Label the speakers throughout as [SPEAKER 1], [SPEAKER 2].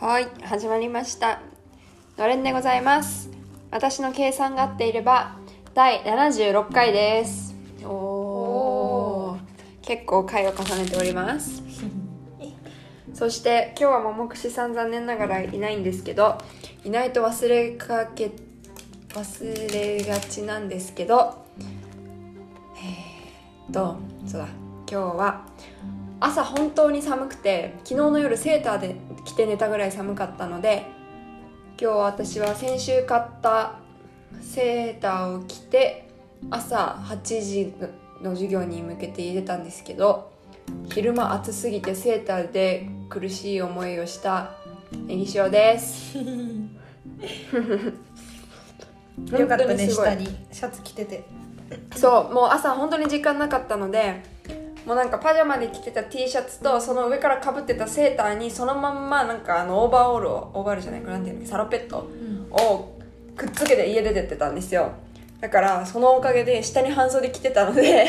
[SPEAKER 1] はい始まりましたのれんでございます私の計算が合っていれば第76回ですおお
[SPEAKER 2] お
[SPEAKER 1] 結構回を重ねておりますそして今日は桃串さん残念ながらいないんですけどいないと忘れかけ忘れがちなんですけどえーっとそうだ今日は朝本当に寒くて昨日の夜セーターで着て寝たぐらい寒かったので今日私は先週買ったセーターを着て朝8時の授業に向けて入れたんですけど昼間暑すぎてセーターで苦しい思いをしたネギ塩です
[SPEAKER 2] よかった
[SPEAKER 1] 本当
[SPEAKER 2] ね
[SPEAKER 1] すごい
[SPEAKER 2] 下にシャツ着てて
[SPEAKER 1] そうもう朝本当に時間なかったのでもうなんかパジャマで着てた T シャツとその上からかぶってたセーターにそのまんまなんかあのオーバーオールをオーバーオールじゃないかなんていうのサロペットをくっつけて家出てってたんですよだからそのおかげで下に半袖着てたので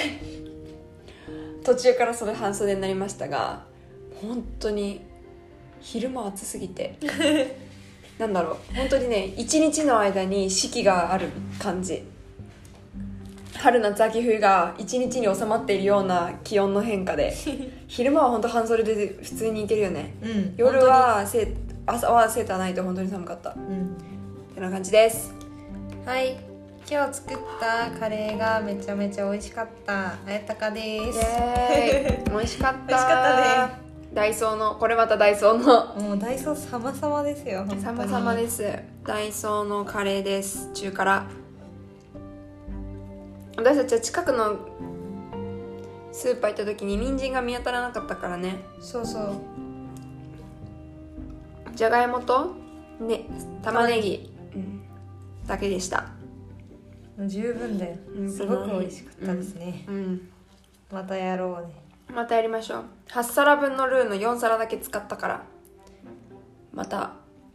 [SPEAKER 1] 途中からそれ半袖になりましたが本当に昼間暑すぎてなんだろう本当にね一日の間に四季がある感じ春夏秋冬が一日に収まっているような気温の変化 で昼間は本当半袖で普通にいけるよね
[SPEAKER 2] うん
[SPEAKER 1] 夜はセー朝はセーターないと本当に寒かった
[SPEAKER 2] 本当に
[SPEAKER 1] てな感じです
[SPEAKER 2] うんはい今日作ったカレーがめちゃめちゃ美味しかったあやたかで
[SPEAKER 1] イ
[SPEAKER 2] す
[SPEAKER 1] エーイ 美味しかった
[SPEAKER 2] 美味しかったね
[SPEAKER 1] ダイソーのこれまたダイソーの
[SPEAKER 2] もうダイソー様々ですよ本当に
[SPEAKER 1] 様々ですすダイソーのカレーです中辛私たちは近くのスーパー行った時に人参が見当たらなかったからね
[SPEAKER 2] そうそう
[SPEAKER 1] じゃがいもと、ね、玉ねぎ、うんだけでした
[SPEAKER 2] もう十分だよ
[SPEAKER 1] うん
[SPEAKER 2] すごく美味しかったですね
[SPEAKER 1] うん
[SPEAKER 2] またやろうね
[SPEAKER 1] またやりましょう8皿分のルーの4皿だけ使ったからまた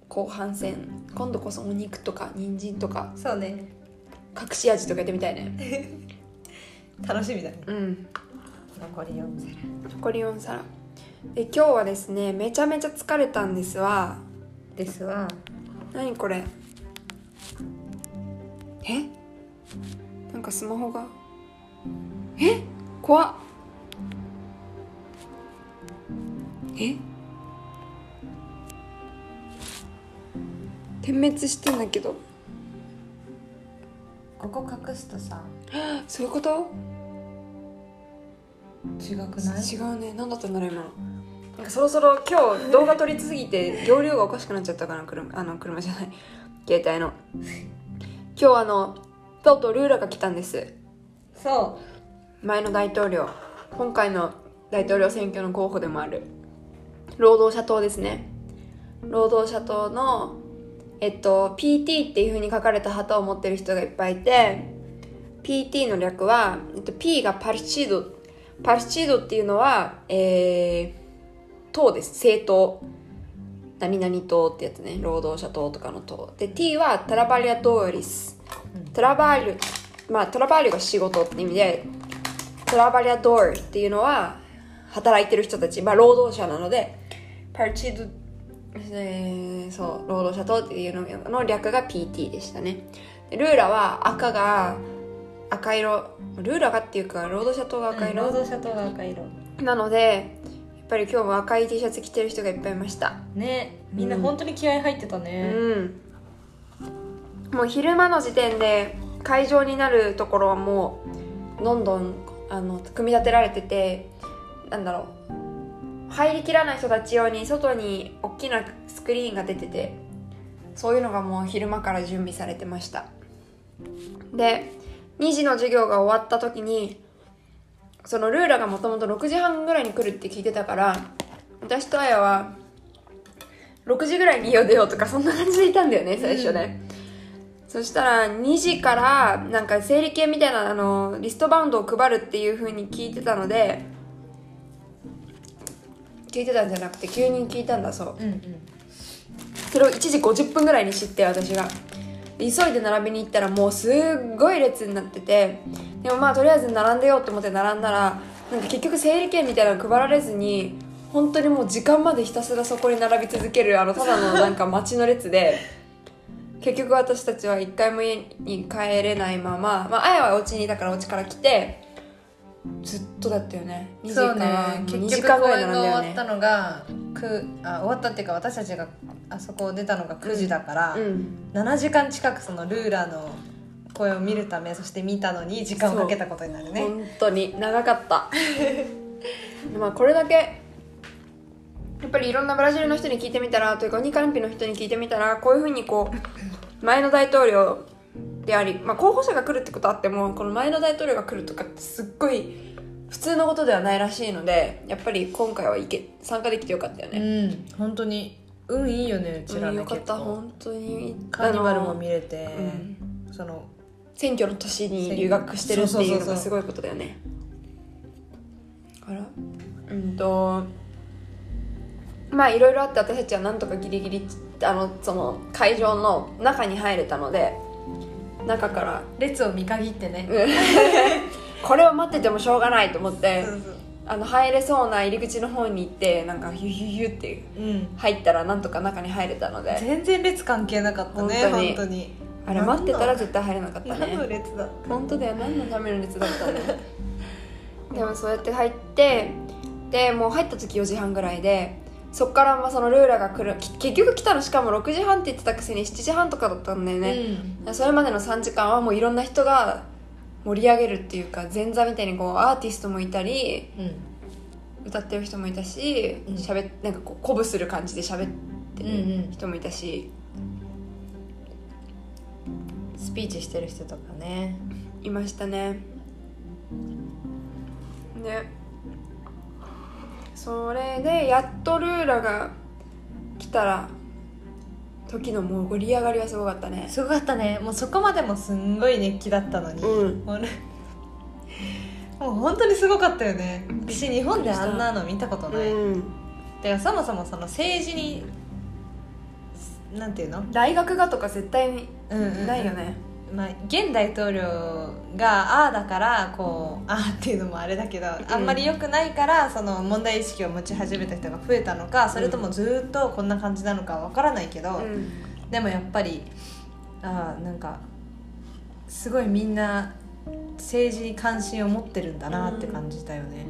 [SPEAKER 1] 後半戦今度こそお肉とか人参とか
[SPEAKER 2] そうね
[SPEAKER 1] 隠し味とかやってみたいね
[SPEAKER 2] 楽しみだね
[SPEAKER 1] うん
[SPEAKER 2] 残り4皿
[SPEAKER 1] 残り4皿で今日はですねめちゃめちゃ疲れたんですわ
[SPEAKER 2] ですわ
[SPEAKER 1] 何これえなんかスマホがえ怖っえ点滅してんだけど
[SPEAKER 2] ここ隠すとさ
[SPEAKER 1] そういうこと
[SPEAKER 2] 違く
[SPEAKER 1] 違うね何だったんだろう今なんかそろそろ今日動画撮りすぎて容量がおかしくなっちゃったから車あの車じゃない携帯の今日あのとうとうルーラが来たんです
[SPEAKER 2] そ
[SPEAKER 1] 前の大統領今回の大統領選挙の候補でもある労働者党ですね労働者党のえっと PT っていう風に書かれた旗を持ってる人がいっぱいいて PT の略は、えっと、P がパルチードパルチードっていうのは、えー党です政党何々党ってやつね労働者党とかの党で T はトラバリアトーリストラバールまあトラバールが仕事って意味でトラバリアドールっていうのは働いてる人たち、まあ、労働者なのでパルチード、えーそう労働者党っていうのの略が PT でしたねでルーラは赤が赤色ルーラがっていうか労働者党が
[SPEAKER 2] う
[SPEAKER 1] 赤
[SPEAKER 2] うん
[SPEAKER 1] 色、
[SPEAKER 2] 労働者とが赤色
[SPEAKER 1] なのでやっぱり今日も赤い T シャツ着てる人がいっぱいいました
[SPEAKER 2] ねみんな本当に気合い入ってた
[SPEAKER 1] う
[SPEAKER 2] ね
[SPEAKER 1] んもう昼間の時点で会場になるところはもうどんどんあの組み立てられててなんだろう入りきらない人たち用に外に大きなスクリーンが出ててそういうのがもう昼間から準備されてましたで2時の授業が終わった時にそのルーラがもともと6時半ぐらいに来るって聞いてたから私とあやは6時ぐらいに家を出ようとかそんな感じでいたんだよね最初ね、そしたら2時からなんか整理券みたいなあのリストバウンドを配るっていう風に聞いてたので聞いてたんじゃなくて急に聞いたんだそう
[SPEAKER 2] うんうん
[SPEAKER 1] それを1時50分ぐらいに知って私がで急いで並びに行ったらもうすっごい列になっててでもまあとりあえず並んでようと思って並んだらなんか結局整理券みたいなの配られずに本当にもう時間までひたすらそこに並び続けるあのただのなんか街の列で結局私たちは一回も家に帰れないまままああやはお家にいたからお家から来てずっとだったよね2時
[SPEAKER 2] そう
[SPEAKER 1] か
[SPEAKER 2] ね
[SPEAKER 1] ら
[SPEAKER 2] 結
[SPEAKER 1] 2時
[SPEAKER 2] 局
[SPEAKER 1] 間ぐ
[SPEAKER 2] 公
[SPEAKER 1] らい並
[SPEAKER 2] 演が
[SPEAKER 1] んだよ
[SPEAKER 2] 終わっ
[SPEAKER 1] ね
[SPEAKER 2] たのがくあ終わったっていうか私たちがあそこを出たのが9時だから、
[SPEAKER 1] うん
[SPEAKER 2] 7時間近くそのルーラの公演を見るためそして見たのに時間をかけたことになるね
[SPEAKER 1] 本当に長かった まあこれだけやっぱりいろんなブラジルの人に聞いてみたらというかオニカルンピの人に聞いてみたらこういうふうにこう前の大統領であり、まあ、候補者が来るってことはあってもこの前の大統領が来るとかってすっごい普通のことではないらしいのでやっぱり今回はいけ参加できてよかったよ
[SPEAKER 2] う
[SPEAKER 1] ね、
[SPEAKER 2] ん本当に運いいよねうちら
[SPEAKER 1] うん
[SPEAKER 2] ね
[SPEAKER 1] よかった
[SPEAKER 2] 結構
[SPEAKER 1] 本当に
[SPEAKER 2] カーニバルも見れて
[SPEAKER 1] あ、のうん
[SPEAKER 2] その
[SPEAKER 1] 選挙の年に留学してるっていうのがすごいことだよねあらうんとまあいろいろあって私たちはなんとかギリギリあのその会場の中に入れたので中から
[SPEAKER 2] 列を見限ってね、
[SPEAKER 1] これを待っててもしょうがないと思って
[SPEAKER 2] そうそう
[SPEAKER 1] あの入れそうな入り口の方に行ってなんかヒュヒュヒュって
[SPEAKER 2] うん
[SPEAKER 1] 入ったらなんとか中に入れたので
[SPEAKER 2] 全然列関係なかったね
[SPEAKER 1] 本
[SPEAKER 2] 本
[SPEAKER 1] 当
[SPEAKER 2] 当
[SPEAKER 1] に
[SPEAKER 2] に
[SPEAKER 1] あれ待ってたら絶対入れなかったね
[SPEAKER 2] 何の列だ
[SPEAKER 1] 本当だよ何のための列だったんだよ でもそうやって入ってでもう入った時4時半ぐらいでそっからまあそのルーラが来るき結局来たのしかも6時半って言ってたくせに7時半とかだったんだよね、それまでの3時間はもういろんな人が盛り上げるっていうか前座みたいにこうアーティストもいたり
[SPEAKER 2] うん、うん
[SPEAKER 1] 歌ってる人もいたし、
[SPEAKER 2] うん
[SPEAKER 1] しゃべなんかこう鼓舞する感じで喋って
[SPEAKER 2] うんう
[SPEAKER 1] る
[SPEAKER 2] ん
[SPEAKER 1] 人もいたし、
[SPEAKER 2] スピーチしてる人とかね
[SPEAKER 1] いましたねねそれでやっとルーラが来たら時のもう盛り上がりはすごかったね
[SPEAKER 2] すごかったねもうそこまでもすんごい熱気だったのに、
[SPEAKER 1] うん
[SPEAKER 2] もうねもう本当にすごかったよね私日本であんなの見たことない、
[SPEAKER 1] うん
[SPEAKER 2] てかそもそもその政治になんていうの、
[SPEAKER 1] 大学がとか絶対に
[SPEAKER 2] うんうんうん
[SPEAKER 1] ないよね
[SPEAKER 2] まあ、現大統領がああだからこうああっていうのもあれだけどあんまり良くないからその問題意識を持ち始めた人が増えたのかそれともずっとこんな感じなのかわからないけど、
[SPEAKER 1] うん
[SPEAKER 2] でもやっぱりああなんかすごいみんな政治に関心を持ってるんだなって感じたよね。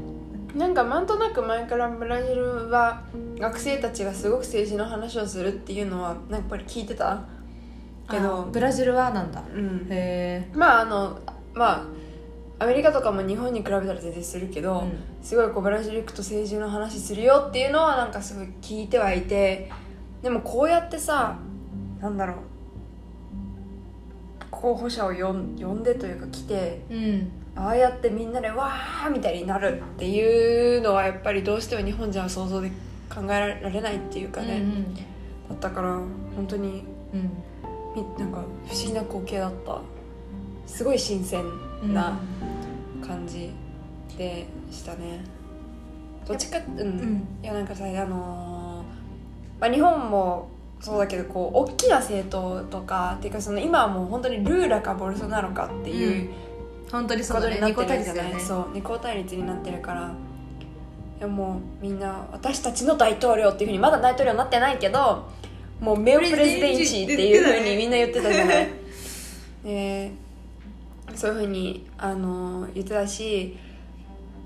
[SPEAKER 1] なんかなんとなく前からブラジルは学生たちがすごく政治の話をするっていうのはなんかやっぱり聞いてたけ
[SPEAKER 2] あー
[SPEAKER 1] ど
[SPEAKER 2] ブラジルはなんだ
[SPEAKER 1] うん
[SPEAKER 2] へえ、
[SPEAKER 1] まああのまあアメリカとかも日本に比べたら全然するけど、
[SPEAKER 2] う
[SPEAKER 1] すごいこうブラジル行くと政治の話するよっていうのはなんかすごい聞いてはいてでもこうやってさなんだろう候補者をよん呼んでというか来て
[SPEAKER 2] んうん、
[SPEAKER 1] ああやってみんなでわーみたいになるっていうのはやっぱりどうしても日本じゃ想像で考えられないっていうかね、だったから本当に
[SPEAKER 2] うんうん
[SPEAKER 1] みなんか不思議な光景だったすごい新鮮
[SPEAKER 2] うん
[SPEAKER 1] な、感じでしたねどっちかうん、
[SPEAKER 2] ん
[SPEAKER 1] いやなんかさあのーまあ、日本もそうだけどこう大きな政党とかっていうかその今はもう本当にルーラかボルソナロかっていう
[SPEAKER 2] 本当に
[SPEAKER 1] ことになってるんです
[SPEAKER 2] だ
[SPEAKER 1] ね,、そう二項対立になってるからいやもうみんな私たちの大統領っていうふうにまだ大統領になってないけどもうメオプレジデンシーっていうふうにみんな言ってたじゃ ない。でそういうふうにあの言ってたし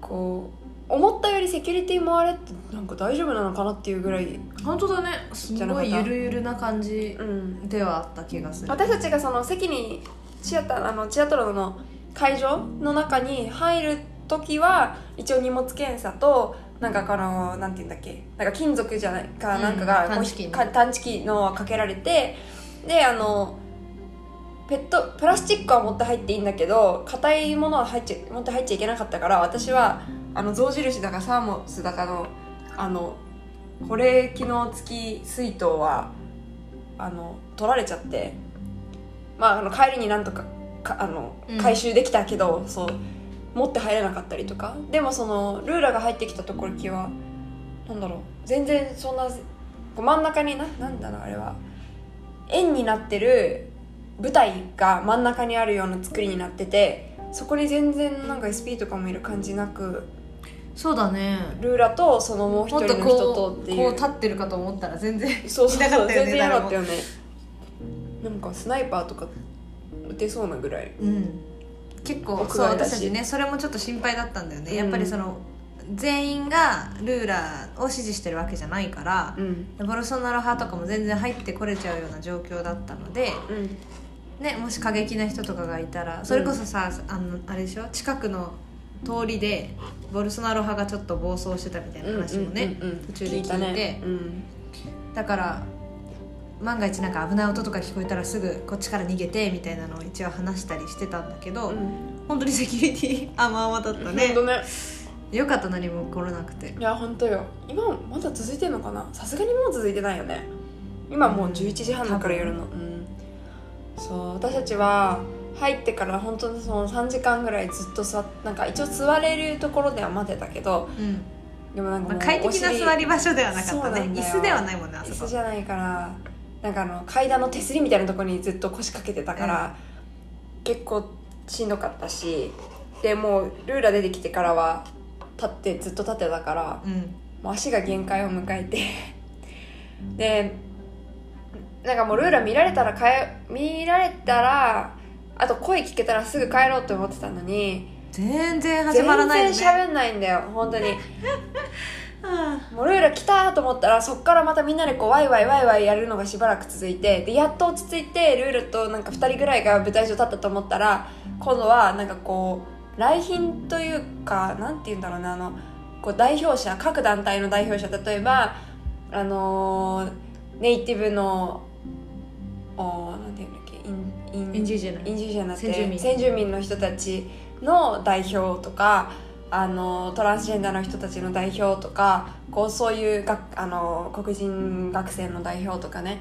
[SPEAKER 1] こう思ったよりセキュリティもあれってなんか大丈夫なのかなっていうぐらい、
[SPEAKER 2] 本当だねす
[SPEAKER 1] じゃなか
[SPEAKER 2] ご
[SPEAKER 1] った
[SPEAKER 2] いゆるゆるな感じ
[SPEAKER 1] うん、
[SPEAKER 2] ではあった気がする
[SPEAKER 1] 私たちがその席にシアターあのチアトロの会場の中に入る時は一応荷物検査となんかこのなんて言うんだっけなんか金属じゃないか
[SPEAKER 2] うん
[SPEAKER 1] なんかが、こう
[SPEAKER 2] 探知機ね
[SPEAKER 1] か探知機のはかけられてであのペットプラスチックは持って入っていいんだけど硬いものは入っちゃ持って入っちゃいけなかったから私はあの象印だかサーモスだかのあの保冷機能付き水筒はあの取られちゃって、まあ、あの帰りになんとかかあの
[SPEAKER 2] うん
[SPEAKER 1] 回収できたけど、そう持って入れなかったりとかでもそのルーラが入ってきたところきはなんだろう全然そんなこう真ん中にななんだろうあれは円になってる舞台が真ん中にあるような作りになっててそこに全然なんか SP とかもいる感じなく
[SPEAKER 2] そうだね
[SPEAKER 1] ルーラとそのもう一
[SPEAKER 2] もっ
[SPEAKER 1] 人
[SPEAKER 2] と
[SPEAKER 1] の人と
[SPEAKER 2] こ
[SPEAKER 1] っ
[SPEAKER 2] う
[SPEAKER 1] て
[SPEAKER 2] こ
[SPEAKER 1] いう
[SPEAKER 2] う立ってるかと思ったら全然
[SPEAKER 1] そうそう
[SPEAKER 2] いなか
[SPEAKER 1] そ
[SPEAKER 2] っ
[SPEAKER 1] う
[SPEAKER 2] たよ
[SPEAKER 1] 全
[SPEAKER 2] ね
[SPEAKER 1] 然やなかったよねなんかスナイパーとか撃てそうなぐらい
[SPEAKER 2] うん、結構
[SPEAKER 1] 屋
[SPEAKER 2] そう
[SPEAKER 1] 外だし
[SPEAKER 2] 私たちねそれもちょっと心配だったんだよね、
[SPEAKER 1] うん
[SPEAKER 2] やっぱりその全員がルーラーを支持してるわけじゃないから
[SPEAKER 1] う、ん
[SPEAKER 2] ボルソナロ派とかも全然入ってこれちゃうような状況だったので、
[SPEAKER 1] うん
[SPEAKER 2] ね、もし過激な人とかがいたらそれこそさ、あのあれでしょ近くの通りでボルソナロ派がちょっと暴走してたみたいな話もね、
[SPEAKER 1] うんうんうんうん
[SPEAKER 2] 途中で聞いて
[SPEAKER 1] たねうん
[SPEAKER 2] だから万が一なんか危ない音とか聞こえたらすぐこっちから逃げてみたいなのを一応話したりしてたんだけど、
[SPEAKER 1] うん
[SPEAKER 2] 本当にセキュリティ甘々だった
[SPEAKER 1] ほ
[SPEAKER 2] ね
[SPEAKER 1] んとね
[SPEAKER 2] よかった何も起こらなくて
[SPEAKER 1] いや本当よ今もまだ続いてんのかなさすがにもう続いてないよね今もう11時半だから夜のうんそう私たちは入ってから本当にその3時間ぐらいずっと座っなんか一応座れるところでは待ってたけど
[SPEAKER 2] うん、
[SPEAKER 1] でもなんか
[SPEAKER 2] ま
[SPEAKER 1] も
[SPEAKER 2] あ、
[SPEAKER 1] う
[SPEAKER 2] 快適な
[SPEAKER 1] お尻
[SPEAKER 2] 座り場所ではなかった
[SPEAKER 1] そうなん
[SPEAKER 2] ね
[SPEAKER 1] だ
[SPEAKER 2] 椅
[SPEAKER 1] よ
[SPEAKER 2] 子ではないもんねあ
[SPEAKER 1] 椅
[SPEAKER 2] そ
[SPEAKER 1] 子
[SPEAKER 2] こ
[SPEAKER 1] じゃないからなんかあの階段の手すりみたいなところにずっと腰掛けてたから、結構しんどかったしでもうルーラ出てきてからは立ってずっと立ってたから
[SPEAKER 2] うん
[SPEAKER 1] もう足が限界を迎えてでなんかもうルーラ見られたら帰見られたらあと声聞けたらすぐ帰ろうと思ってたのに
[SPEAKER 2] 全然始まらないよ
[SPEAKER 1] 全然
[SPEAKER 2] ね
[SPEAKER 1] 喋んないんだよ本当に
[SPEAKER 2] あ
[SPEAKER 1] もうルーラ来たと思ったらそっからまたみんなでこうワイワイワイワイやるのがしばらく続いてでやっと落ち着いてルーラとなんか2人ぐらいが舞台上立ったと思ったら今度はなんかこう来賓というかなんて言うんだろうなあのこう代表者各団体の代表者例えばあのーネイティブのおーなんて言うんだっけインイン
[SPEAKER 2] ーインジュージェ
[SPEAKER 1] イン
[SPEAKER 2] の
[SPEAKER 1] ジュージアになって
[SPEAKER 2] 先住民
[SPEAKER 1] 先住民の人たちの代表とかあのトランスジェンダーの人たちの代表とかこうそういうがあの黒人学生の代表とかね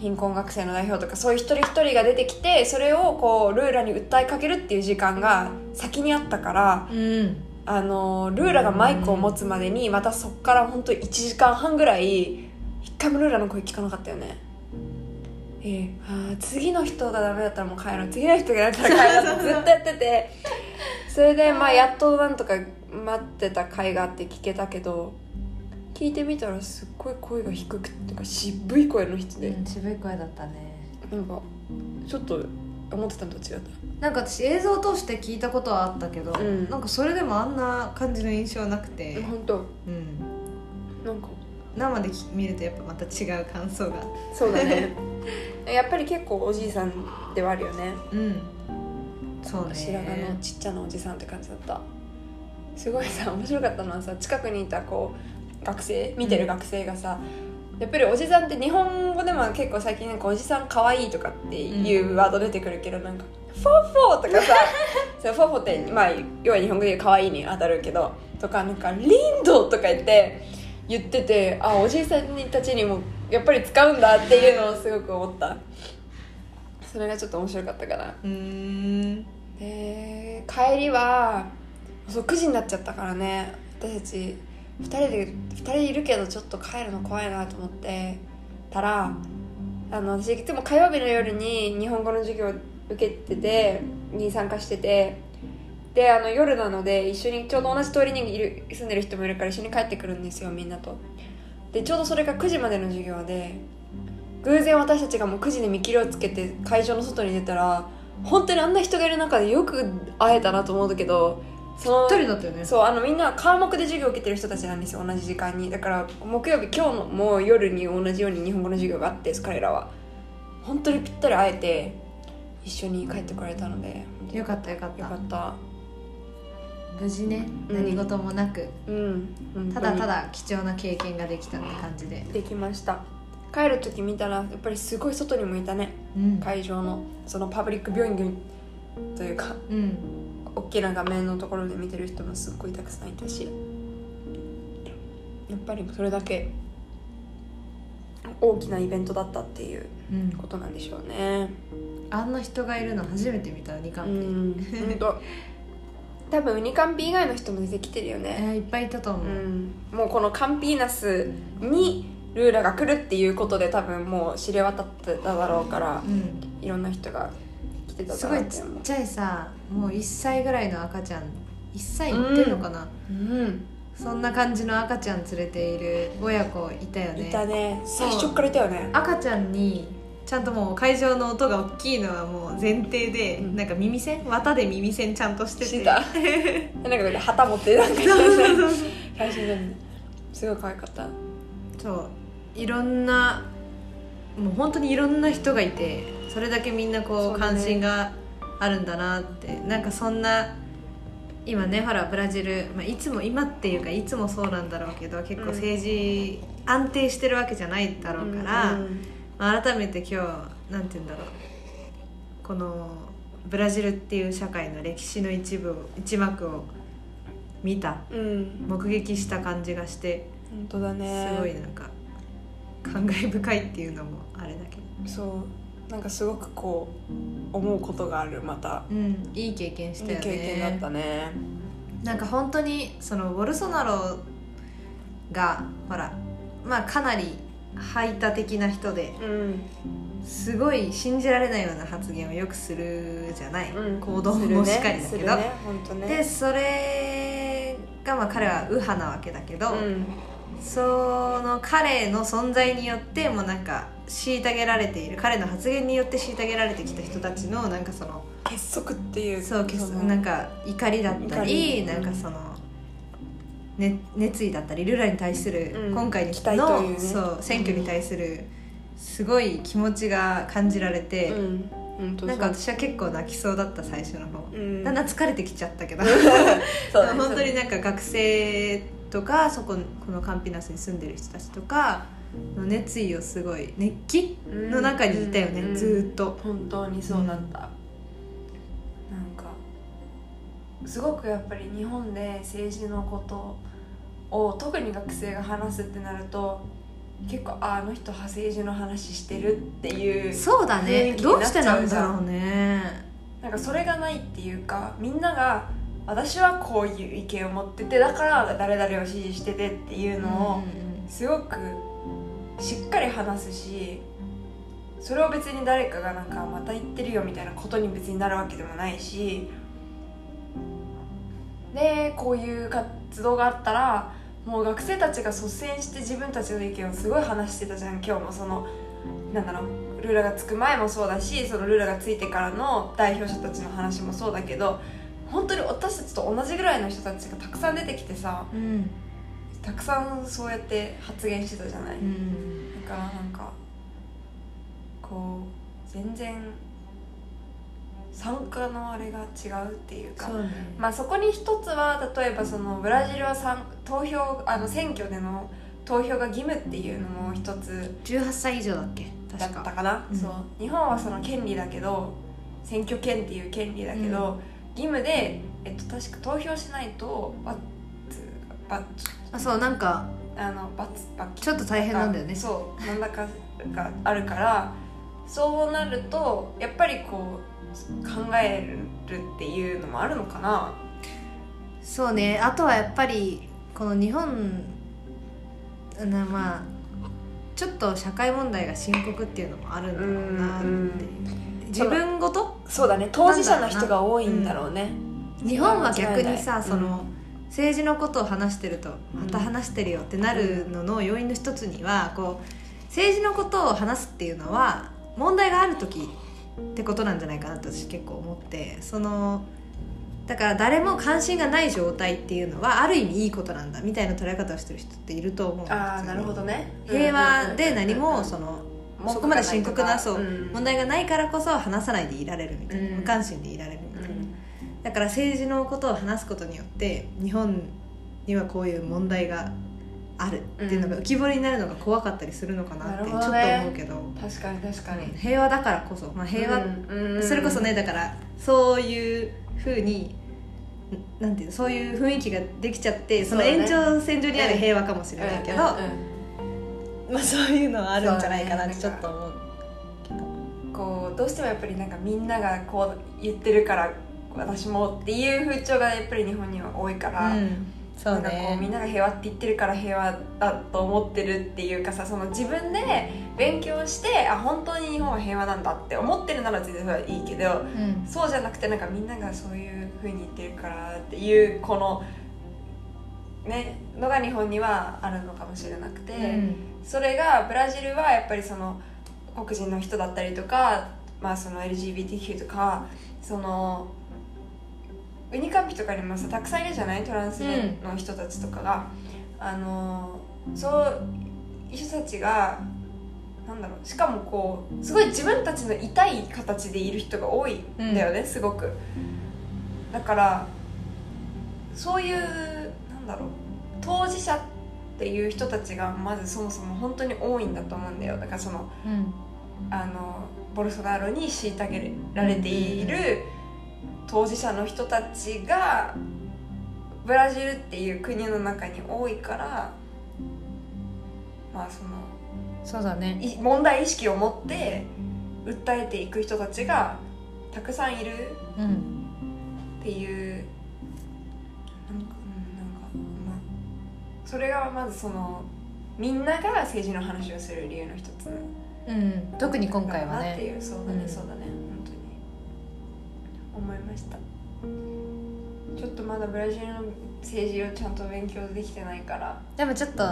[SPEAKER 1] 貧困学生の代表とかそういう一人一人が出てきてそれをこうルーラに訴えかけるっていう時間が先にあったから
[SPEAKER 2] うん
[SPEAKER 1] あのルーラがマイクを持つまでにまたそっから本当1時間半ぐらい一回もルーラの声聞かなかったよねええあー次の人がダメだったらもう帰ろう次の人がダメだったら帰ろうってずっとやっててそれでまあやっとなんとか待ってた回があって聞けたけど聞いてみたらすっごい声が低くっていうか渋い声の人で、
[SPEAKER 2] うん渋い声だったね
[SPEAKER 1] なんかちょっと思ってたのと違っ
[SPEAKER 2] なんか私映像を通して聞いたことはあったけど、
[SPEAKER 1] うん
[SPEAKER 2] なんかそれでもあんな感じの印象なく
[SPEAKER 1] た
[SPEAKER 2] て、
[SPEAKER 1] 本当
[SPEAKER 2] うん、
[SPEAKER 1] なんか
[SPEAKER 2] 生でき見るとやっぱまた違う感想が
[SPEAKER 1] そうだね やっぱり結構おじいさんではあるよね
[SPEAKER 2] うんそうね
[SPEAKER 1] 白髪のちっちゃなおじさんって感じだったすごいさ面白かったのはさ近くにいたこう学生見てる学生がさ、やっぱりおじさんって日本語でも結構最近なんかおじさん可愛いとかっていうワード出てくるけどなんか「フォーフォー」と かさそうフォーフォーって、まあ、要は日本語で言う可愛いに当たるけどとかなんか「リンド」とか言って言っててあおじいさんたちにもやっぱり使うんだっていうのをすごく思ったそれがちょっと面白かったかな
[SPEAKER 2] うーん
[SPEAKER 1] で帰りはそう9時になっちゃったからね私たち2人で2人いるけどちょっと帰るの怖いなと思ってたらあの私いつも火曜日の夜に日本語の授業を受けててに参加しててであの夜なので一緒にちょうど同じ通りにいる住んでる人もいるから一緒に帰ってくるんですよみんなとでちょうどそれが9時までの授業で偶然私たちがもう9時で見切りをつけて会場の外に出たら本当にあんな人がいる中でよく会えたなと思うけどその
[SPEAKER 2] 一人だったよね
[SPEAKER 1] そうあのみんな科目で授業を受けてる人たちなんですよ同じ時間にだから木曜日今日のもう夜に同じように日本語の授業があって彼らは本当にぴったり会えて一緒に帰ってこられたので
[SPEAKER 2] よかったよかった
[SPEAKER 1] よかった
[SPEAKER 2] 無事ね
[SPEAKER 1] うん
[SPEAKER 2] 何事もなく、
[SPEAKER 1] うん本当に
[SPEAKER 2] ただただ貴重な経験ができたって感じで、
[SPEAKER 1] できました帰る時見たらやっぱりすごい外にもいたね
[SPEAKER 2] うん
[SPEAKER 1] 会場のそのパブリックビューイングというか
[SPEAKER 2] うん、
[SPEAKER 1] 大きな画面のところで見てる人もすっごいたくさんいたしやっぱりそれだけ大きなイベントだったっていう
[SPEAKER 2] うん、
[SPEAKER 1] ことなんでしょうね
[SPEAKER 2] あんな人がいるの初めて見た2
[SPEAKER 1] う
[SPEAKER 2] 巻、
[SPEAKER 1] んほんと多分ウニカンピ以外の人も出てきてるよ
[SPEAKER 2] え
[SPEAKER 1] ね、
[SPEAKER 2] ーいっぱいいたと思
[SPEAKER 1] う
[SPEAKER 2] う、
[SPEAKER 1] ん、もうこのカンピーナスにルーラが来るっていうことで多分もう知れ渡ってただろうから
[SPEAKER 2] うん
[SPEAKER 1] いろんな人が来てた
[SPEAKER 2] す
[SPEAKER 1] だ
[SPEAKER 2] ご
[SPEAKER 1] ろう
[SPEAKER 2] い
[SPEAKER 1] って
[SPEAKER 2] ちっ
[SPEAKER 1] 思う
[SPEAKER 2] ちゃいさもう1歳ぐらいの赤ちゃん1歳いってるのかな、
[SPEAKER 1] うん
[SPEAKER 2] そんな感じの赤ちゃん連れている親子いたよね
[SPEAKER 1] いたね
[SPEAKER 2] そ
[SPEAKER 1] 最
[SPEAKER 2] う
[SPEAKER 1] 初からいたよね
[SPEAKER 2] 赤ちゃんにちゃんともう会場の音が大きいのはもう前提で、
[SPEAKER 1] うん
[SPEAKER 2] なんか耳栓綿で耳栓ちゃ んとしてて
[SPEAKER 1] してたなんか旗持ってなんか
[SPEAKER 2] そうそうそう
[SPEAKER 1] 最初にすごい可愛かった
[SPEAKER 2] そういろんなもう本当にいろんな人がいてそれだけみんなこ
[SPEAKER 1] そううだね
[SPEAKER 2] 関心があるんだなってなんかそんな今ねほらブラジル、まあ、いつも今っていうかいつもそうなんだろうけど結構政治安定してるわけじゃないだろうから、
[SPEAKER 1] うん
[SPEAKER 2] まあ、改めて今日なんて言うんだろうこのブラジルっていう社会の歴史の一部を一幕を見た
[SPEAKER 1] うん
[SPEAKER 2] 目撃した感じがして。
[SPEAKER 1] 本当だね
[SPEAKER 2] すごいなんか感慨深いっていうのもあれだけど、
[SPEAKER 1] そうなんかすごくこう思うことがあるまた
[SPEAKER 2] うん、いい経験
[SPEAKER 1] いい経験だったね
[SPEAKER 2] なんか本当にそのボルソナロがほらまあかなり排他的な人で
[SPEAKER 1] うん
[SPEAKER 2] すごい信じられないような発言をよくするじゃない、
[SPEAKER 1] うん
[SPEAKER 2] 行動もしっかりだ
[SPEAKER 1] するねす
[SPEAKER 2] け
[SPEAKER 1] る
[SPEAKER 2] ど、
[SPEAKER 1] ね本当ね
[SPEAKER 2] でそれがまあ彼は右派なわけだけど、
[SPEAKER 1] うん
[SPEAKER 2] その彼の存在によってもうなんか虐げられている彼の発言によって虐げられてきた人たちのなんかその
[SPEAKER 1] 結束っていう
[SPEAKER 2] そうけ
[SPEAKER 1] の
[SPEAKER 2] なんか怒りだったり
[SPEAKER 1] 怒り
[SPEAKER 2] なんかその、ね、熱意だったりルラに対する、
[SPEAKER 1] うん
[SPEAKER 2] 今回の
[SPEAKER 1] 期待というね
[SPEAKER 2] そう選挙に対するすごい気持ちが感じられて
[SPEAKER 1] う、ん本当
[SPEAKER 2] なんか私は結構泣きそうだった最初の方、
[SPEAKER 1] うん
[SPEAKER 2] だんだん疲れてきちゃったけど。
[SPEAKER 1] そうだね
[SPEAKER 2] 本当になんか学生とかそここのカンピナスに住んでる人たちとかの熱意をすごい熱気
[SPEAKER 1] うん
[SPEAKER 2] の中にいたよね、
[SPEAKER 1] うん
[SPEAKER 2] ずーっと
[SPEAKER 1] 本当にそうだった、なんかすごくやっぱり日本で政治のことを特に学生が話すってなると結構ああの人は政治の話してるっていう
[SPEAKER 2] そうだ
[SPEAKER 1] 雰囲気になっちゃうじゃん
[SPEAKER 2] うね
[SPEAKER 1] なんかそれがないっていうかみんなが私はこういう意見を持っててだから誰々を支持しててっていうのを、すごくしっかり話すしそれを別に誰かがなんかまた言ってるよみたいなことに別になるわけでもないしでこういう活動があったらもう学生たちが率先して自分たちの意見をすごい話してたじゃん今日もそのなんだろうルーラがつく前もそうだしそのルーラがついてからの代表者たちの話もそうだけど本当に私たちと同じぐらいの人たちがたくさん出てきてさ
[SPEAKER 2] うんうん
[SPEAKER 1] たくさんそうやって発言してたじゃない、
[SPEAKER 2] うん
[SPEAKER 1] だからなんかこう全然参加のあれが違うっていうか
[SPEAKER 2] そうね
[SPEAKER 1] まあそこに一つは例えばそのブラジルは参投票あの選挙での投票が義務っていうのも一つ
[SPEAKER 2] 18歳以上だっけ
[SPEAKER 1] だっ
[SPEAKER 2] 確
[SPEAKER 1] た
[SPEAKER 2] か
[SPEAKER 1] かな、
[SPEAKER 2] うん
[SPEAKER 1] そう日本はその権利だけど選挙権っていう権利だけど、義務で、えっと、確か投票しないと罰罰
[SPEAKER 2] あそうなんか
[SPEAKER 1] あの罰罰金
[SPEAKER 2] ちょっと大変なんだよね
[SPEAKER 1] そうなんだかがあるからそうなるとやっぱりこう考えるっていうのもあるのかな
[SPEAKER 2] そうねあとはやっぱりこの日本なまあちょっと社会問題が深刻っていうのもあるんだろうなって
[SPEAKER 1] うんうん
[SPEAKER 2] 自分ごと
[SPEAKER 1] そうだね当事者の人が多いんだろうね
[SPEAKER 2] 日本は逆にさ
[SPEAKER 1] うん
[SPEAKER 2] その、政治のことを話してるとまた話してるよってなるのの要因の一つにはこう政治のことを話すっていうのは問題がある時ってことなんじゃないかなって私結構思ってそのだから誰も関心がない状態っていうのはある意味いいことなんだみたいな捉え方をしてる人っていると思う
[SPEAKER 1] ああなるほどね
[SPEAKER 2] 平和で何もそのそこまで深刻なそう問題がないからこそ話さないでいられるみたいな、
[SPEAKER 1] うん
[SPEAKER 2] 無関心でいられるみたいな、だから政治のことを話すことによって日本にはこういう問題があるっていうのが浮き彫りになるのが怖かったりするのかなって
[SPEAKER 1] なる
[SPEAKER 2] ちょっ
[SPEAKER 1] ほ
[SPEAKER 2] と
[SPEAKER 1] どね
[SPEAKER 2] 思うけど
[SPEAKER 1] 確かに確かに
[SPEAKER 2] 平和だからこそ、まあ、平和、それこそねだからそういうふうになんていうのそういう雰囲気ができちゃってその
[SPEAKER 1] そうだ
[SPEAKER 2] 延
[SPEAKER 1] ね
[SPEAKER 2] 長線上にある平和かもし
[SPEAKER 1] 知
[SPEAKER 2] れないけど、まあ、そういうのはあるんじゃないかなってちょっと思う。
[SPEAKER 1] こうどうしてもやっぱりなんかみんながこう言ってるから私もっていう風潮がやっぱり日本には多いから、
[SPEAKER 2] うんそ
[SPEAKER 1] な
[SPEAKER 2] うん
[SPEAKER 1] かこうみ
[SPEAKER 2] ね
[SPEAKER 1] んなが平和って言ってるから平和だと思ってるっていうかさその自分で勉強してあ本当に日本は平和なんだって思ってるなら全然それはいいけど
[SPEAKER 2] うん
[SPEAKER 1] そうじゃなくてなんかみんながそういう風に言ってるからっていうこのねのが日本にはあるのかもしれなくて、
[SPEAKER 2] うん
[SPEAKER 1] それがブラジルはやっぱりその黒人の人だったりとか、まあ、その LGBTQ とかそのウニカッピとかにもさたくさんいるじゃないトランスの人たちとかが、あのそういう人たちがなんだろうしかもこうすごい自分たちの痛い形でいる人が多いんだよね、すごくだからそういうなんだろう当事者っていう人たちがまずそもそも本当に多いんだと思うんだよだからその
[SPEAKER 2] うん
[SPEAKER 1] あのボルソナロに虐げられている当事者の人たちがブラジルっていう国の中に多いからまあその
[SPEAKER 2] そうだね
[SPEAKER 1] い問題意識を持って訴えていく人たちがたくさんいる
[SPEAKER 2] うん
[SPEAKER 1] っていうなんかうんなんか、まあ、それがまずそのみんなが政治の話をする理由の一つ
[SPEAKER 2] うん特に今回は
[SPEAKER 1] なって
[SPEAKER 2] ね
[SPEAKER 1] いうそうだね、
[SPEAKER 2] うん
[SPEAKER 1] そうだね本当に思いましたちょっとまだブラジルの政治をちゃんと勉強できてないから
[SPEAKER 2] でもちょっと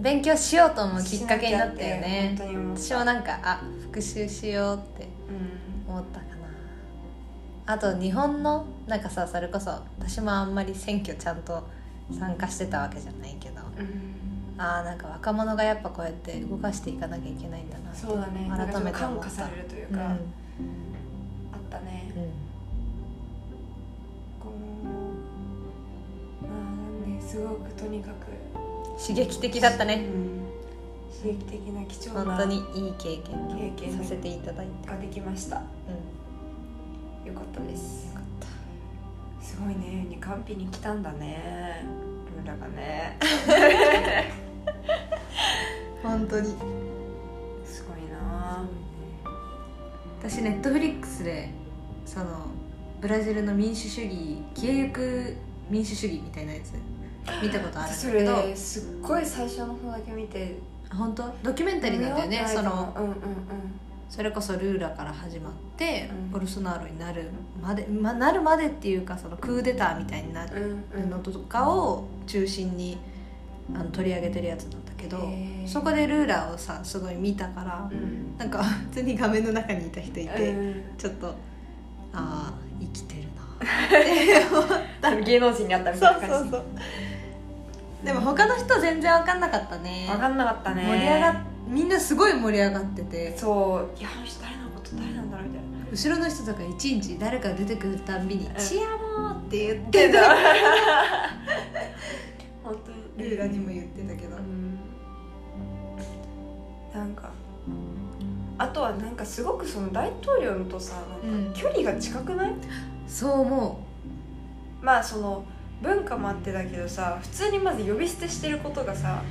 [SPEAKER 2] 勉強しようと思うきっかけになったよ
[SPEAKER 1] しな
[SPEAKER 2] ね
[SPEAKER 1] きゃって本当に思った
[SPEAKER 2] 私もなんかあ復習しようって
[SPEAKER 1] うん
[SPEAKER 2] 思ったかなあと日本のなんかさそれこそ私もあんまり選挙ちゃんと参加してたわけじゃないけど
[SPEAKER 1] うん
[SPEAKER 2] あーなんか若者がやっぱこうやって動かしていかなきゃいけないんだなって
[SPEAKER 1] そうだね
[SPEAKER 2] 改めて
[SPEAKER 1] 感
[SPEAKER 2] 思っ
[SPEAKER 1] 化
[SPEAKER 2] た
[SPEAKER 1] されるという
[SPEAKER 2] うん
[SPEAKER 1] か、あったね、
[SPEAKER 2] う
[SPEAKER 1] こうまあなんですごくとにかく
[SPEAKER 2] ん刺激的だったね
[SPEAKER 1] うん刺激的な貴重
[SPEAKER 2] 本
[SPEAKER 1] な
[SPEAKER 2] 当にいい経験
[SPEAKER 1] 経験
[SPEAKER 2] させていただいて、
[SPEAKER 1] ができました
[SPEAKER 2] う
[SPEAKER 1] よかったですすごいねにカンピに来たんだねルーラがね
[SPEAKER 2] ん、本当に
[SPEAKER 1] すごいな
[SPEAKER 2] 私ネットフリックスでそのブラジルの民主主義消えゆく民主主義みたいなやつ見たことあるん
[SPEAKER 1] そ
[SPEAKER 2] だけど
[SPEAKER 1] れすっごい最初の方だけ見て
[SPEAKER 2] あ本当ドキュメンタリーなんだよね
[SPEAKER 1] 見
[SPEAKER 2] そ
[SPEAKER 1] 終わっ
[SPEAKER 2] の
[SPEAKER 1] たうんうん
[SPEAKER 2] それこそルーラから始まって、
[SPEAKER 1] うん
[SPEAKER 2] ボルソナロになるまで、ま、なるまでっていうかそのクーデターみたいにな
[SPEAKER 1] うんうんう
[SPEAKER 2] る
[SPEAKER 1] ん
[SPEAKER 2] のとかを中心にあの取り上げてるやつなんだけど
[SPEAKER 1] へー
[SPEAKER 2] そこでルーラをさすごい見たから
[SPEAKER 1] うん
[SPEAKER 2] なんか普通に画面の中にいた人いて、
[SPEAKER 1] うん
[SPEAKER 2] ちょっとああ生きてるなって思った
[SPEAKER 1] 芸能人に会ったみたいな
[SPEAKER 2] そうそ
[SPEAKER 1] 感
[SPEAKER 2] う
[SPEAKER 1] じ
[SPEAKER 2] そうでも他の人全然分かんなかったね
[SPEAKER 1] 分かんなかったね
[SPEAKER 2] 盛り上がっみんなすごい盛り上がってて
[SPEAKER 1] そういやあの人誰のこと誰なんだろうみたいな
[SPEAKER 2] 後ろの人とかいちいち誰か出てくるたんびに
[SPEAKER 1] ん
[SPEAKER 2] 「チアモー」って言って
[SPEAKER 1] 出
[SPEAKER 2] た
[SPEAKER 1] た本当に
[SPEAKER 2] ルーラにも言ってたけど
[SPEAKER 1] うんなんかあとはなんかすごくその大統領とさなん
[SPEAKER 2] うん
[SPEAKER 1] か距離が近くない、
[SPEAKER 2] そう思
[SPEAKER 1] まあその文化もあってだけどさ普通にまず呼び捨てしてることがさ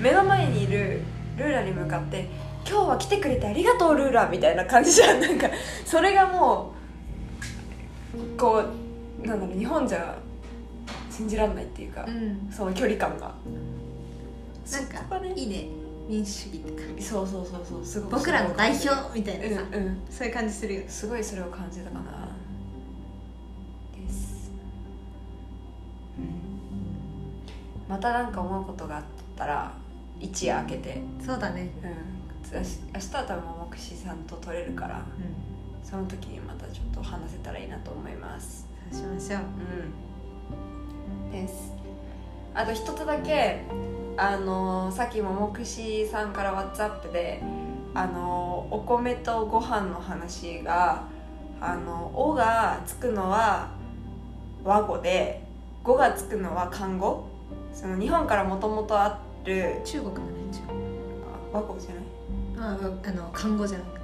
[SPEAKER 1] 目の前にいるルーラに向かって「今日は来てくれてありがとうルーラ」みたいな感じじゃんなんかそれがもうこうなんだろう日本じゃ信じらんないっていうか、
[SPEAKER 2] ううん
[SPEAKER 1] その距離感が
[SPEAKER 2] なん
[SPEAKER 1] そ
[SPEAKER 2] か
[SPEAKER 1] こね
[SPEAKER 2] いいね民主主義って感じ
[SPEAKER 1] そうそうそうそうすごく
[SPEAKER 2] 僕らの代表みたいなさ
[SPEAKER 1] うんうん
[SPEAKER 2] そういう感じするよ
[SPEAKER 1] すごいそれを感じたかなです、うんまたなんか思うことがあったら一夜明けて、
[SPEAKER 2] そうだね
[SPEAKER 1] うん、あし明日は多分目視さんと撮れるから
[SPEAKER 2] うん
[SPEAKER 1] その時にまたちょっと話せたらいいなと思います
[SPEAKER 2] そうしましょう
[SPEAKER 1] うんですあと一つだけあのさっきも目視さんから WhatsApp であのお米とご飯の話が「あのお」がつくのは和語で「語」がつくのは漢語その日本からもともとある
[SPEAKER 2] 中国の連中
[SPEAKER 1] あ和語じゃない
[SPEAKER 2] ああの看護じゃなくて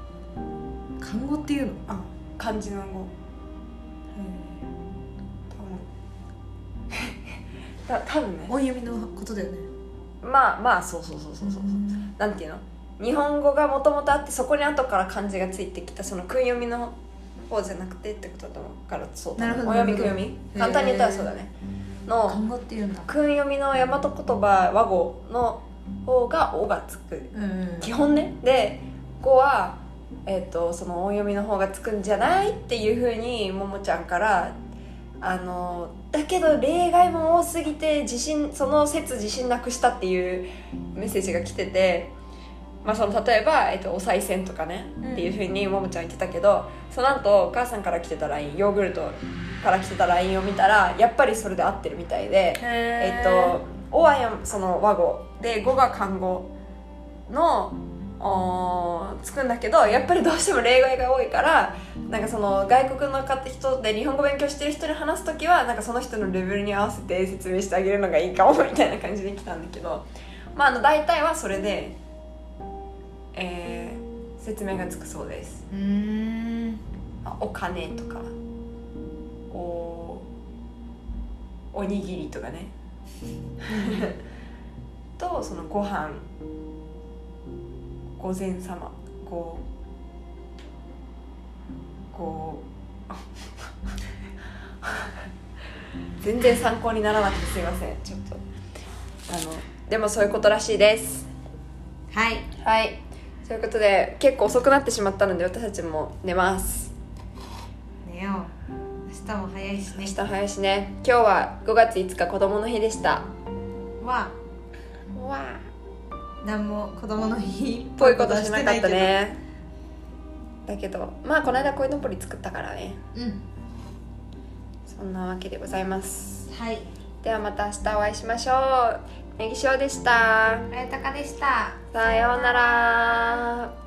[SPEAKER 2] 看護っていうの
[SPEAKER 1] あ漢字の語多 分た多分ね
[SPEAKER 2] 音読みのことだよね
[SPEAKER 1] まあまあそうそうそうそうそうなんていうの日本語がもともとあってそこに後から漢字がついてきたその訓読みの方じゃなくてってことだと思うからそうだ
[SPEAKER 2] なるほど
[SPEAKER 1] お読み訓読み
[SPEAKER 2] へー
[SPEAKER 1] 簡単に言ったらそうだねの
[SPEAKER 2] 看護っていうんだ
[SPEAKER 1] 訓読みの大和言葉和語の方が「お」がつく
[SPEAKER 2] うん
[SPEAKER 1] 基本ねで「語は」えっとその音読みの方がつくんじゃないっていうふうにももちゃんからあのだけど例外も多すぎて自信その説自信なくしたっていうメッセージが来てて、まあ、その例えば、えっと、お賽銭とかね、
[SPEAKER 2] うん
[SPEAKER 1] っていうふうにももちゃん言ってたけどその後お母さんから来てた LINE ヨーグルトから来てた LINE を見たらやっぱりそれで合ってるみたいで。え
[SPEAKER 2] え
[SPEAKER 1] っと、おはやその和語で語が漢語のおーつくんだけどやっぱりどうしても例外が多いからなんかその外国の方人で日本語勉強してる人に話す時はなんかその人のレベルに合わせて説明してあげるのがいいかもみたいな感じで来たんだけど、まあ、あの大体はそれで、えー説明がつくそうです。
[SPEAKER 2] うーん
[SPEAKER 1] あお金とかおおにぎりとかね とそのご飯御前様ごご全然参考にならなくてすいませんちょっとあのでもそういうことらしいです
[SPEAKER 2] はい
[SPEAKER 1] はいということで結構遅くなってしまったので私たちも寝ます
[SPEAKER 2] 寝よう明日も早いしね
[SPEAKER 1] 明日早いしね今日は5月5日子供の日でした
[SPEAKER 2] は
[SPEAKER 1] わ
[SPEAKER 2] 何も子供の日っ
[SPEAKER 1] ぽいことしなかった
[SPEAKER 2] てない
[SPEAKER 1] ねだけどまあこの間こいのぼり作ったからね
[SPEAKER 2] けどうん
[SPEAKER 1] そんなわけでございます
[SPEAKER 2] はい
[SPEAKER 1] ではまた明日お会いしましょうネギ塩でした
[SPEAKER 2] あやたかでした
[SPEAKER 1] さようなら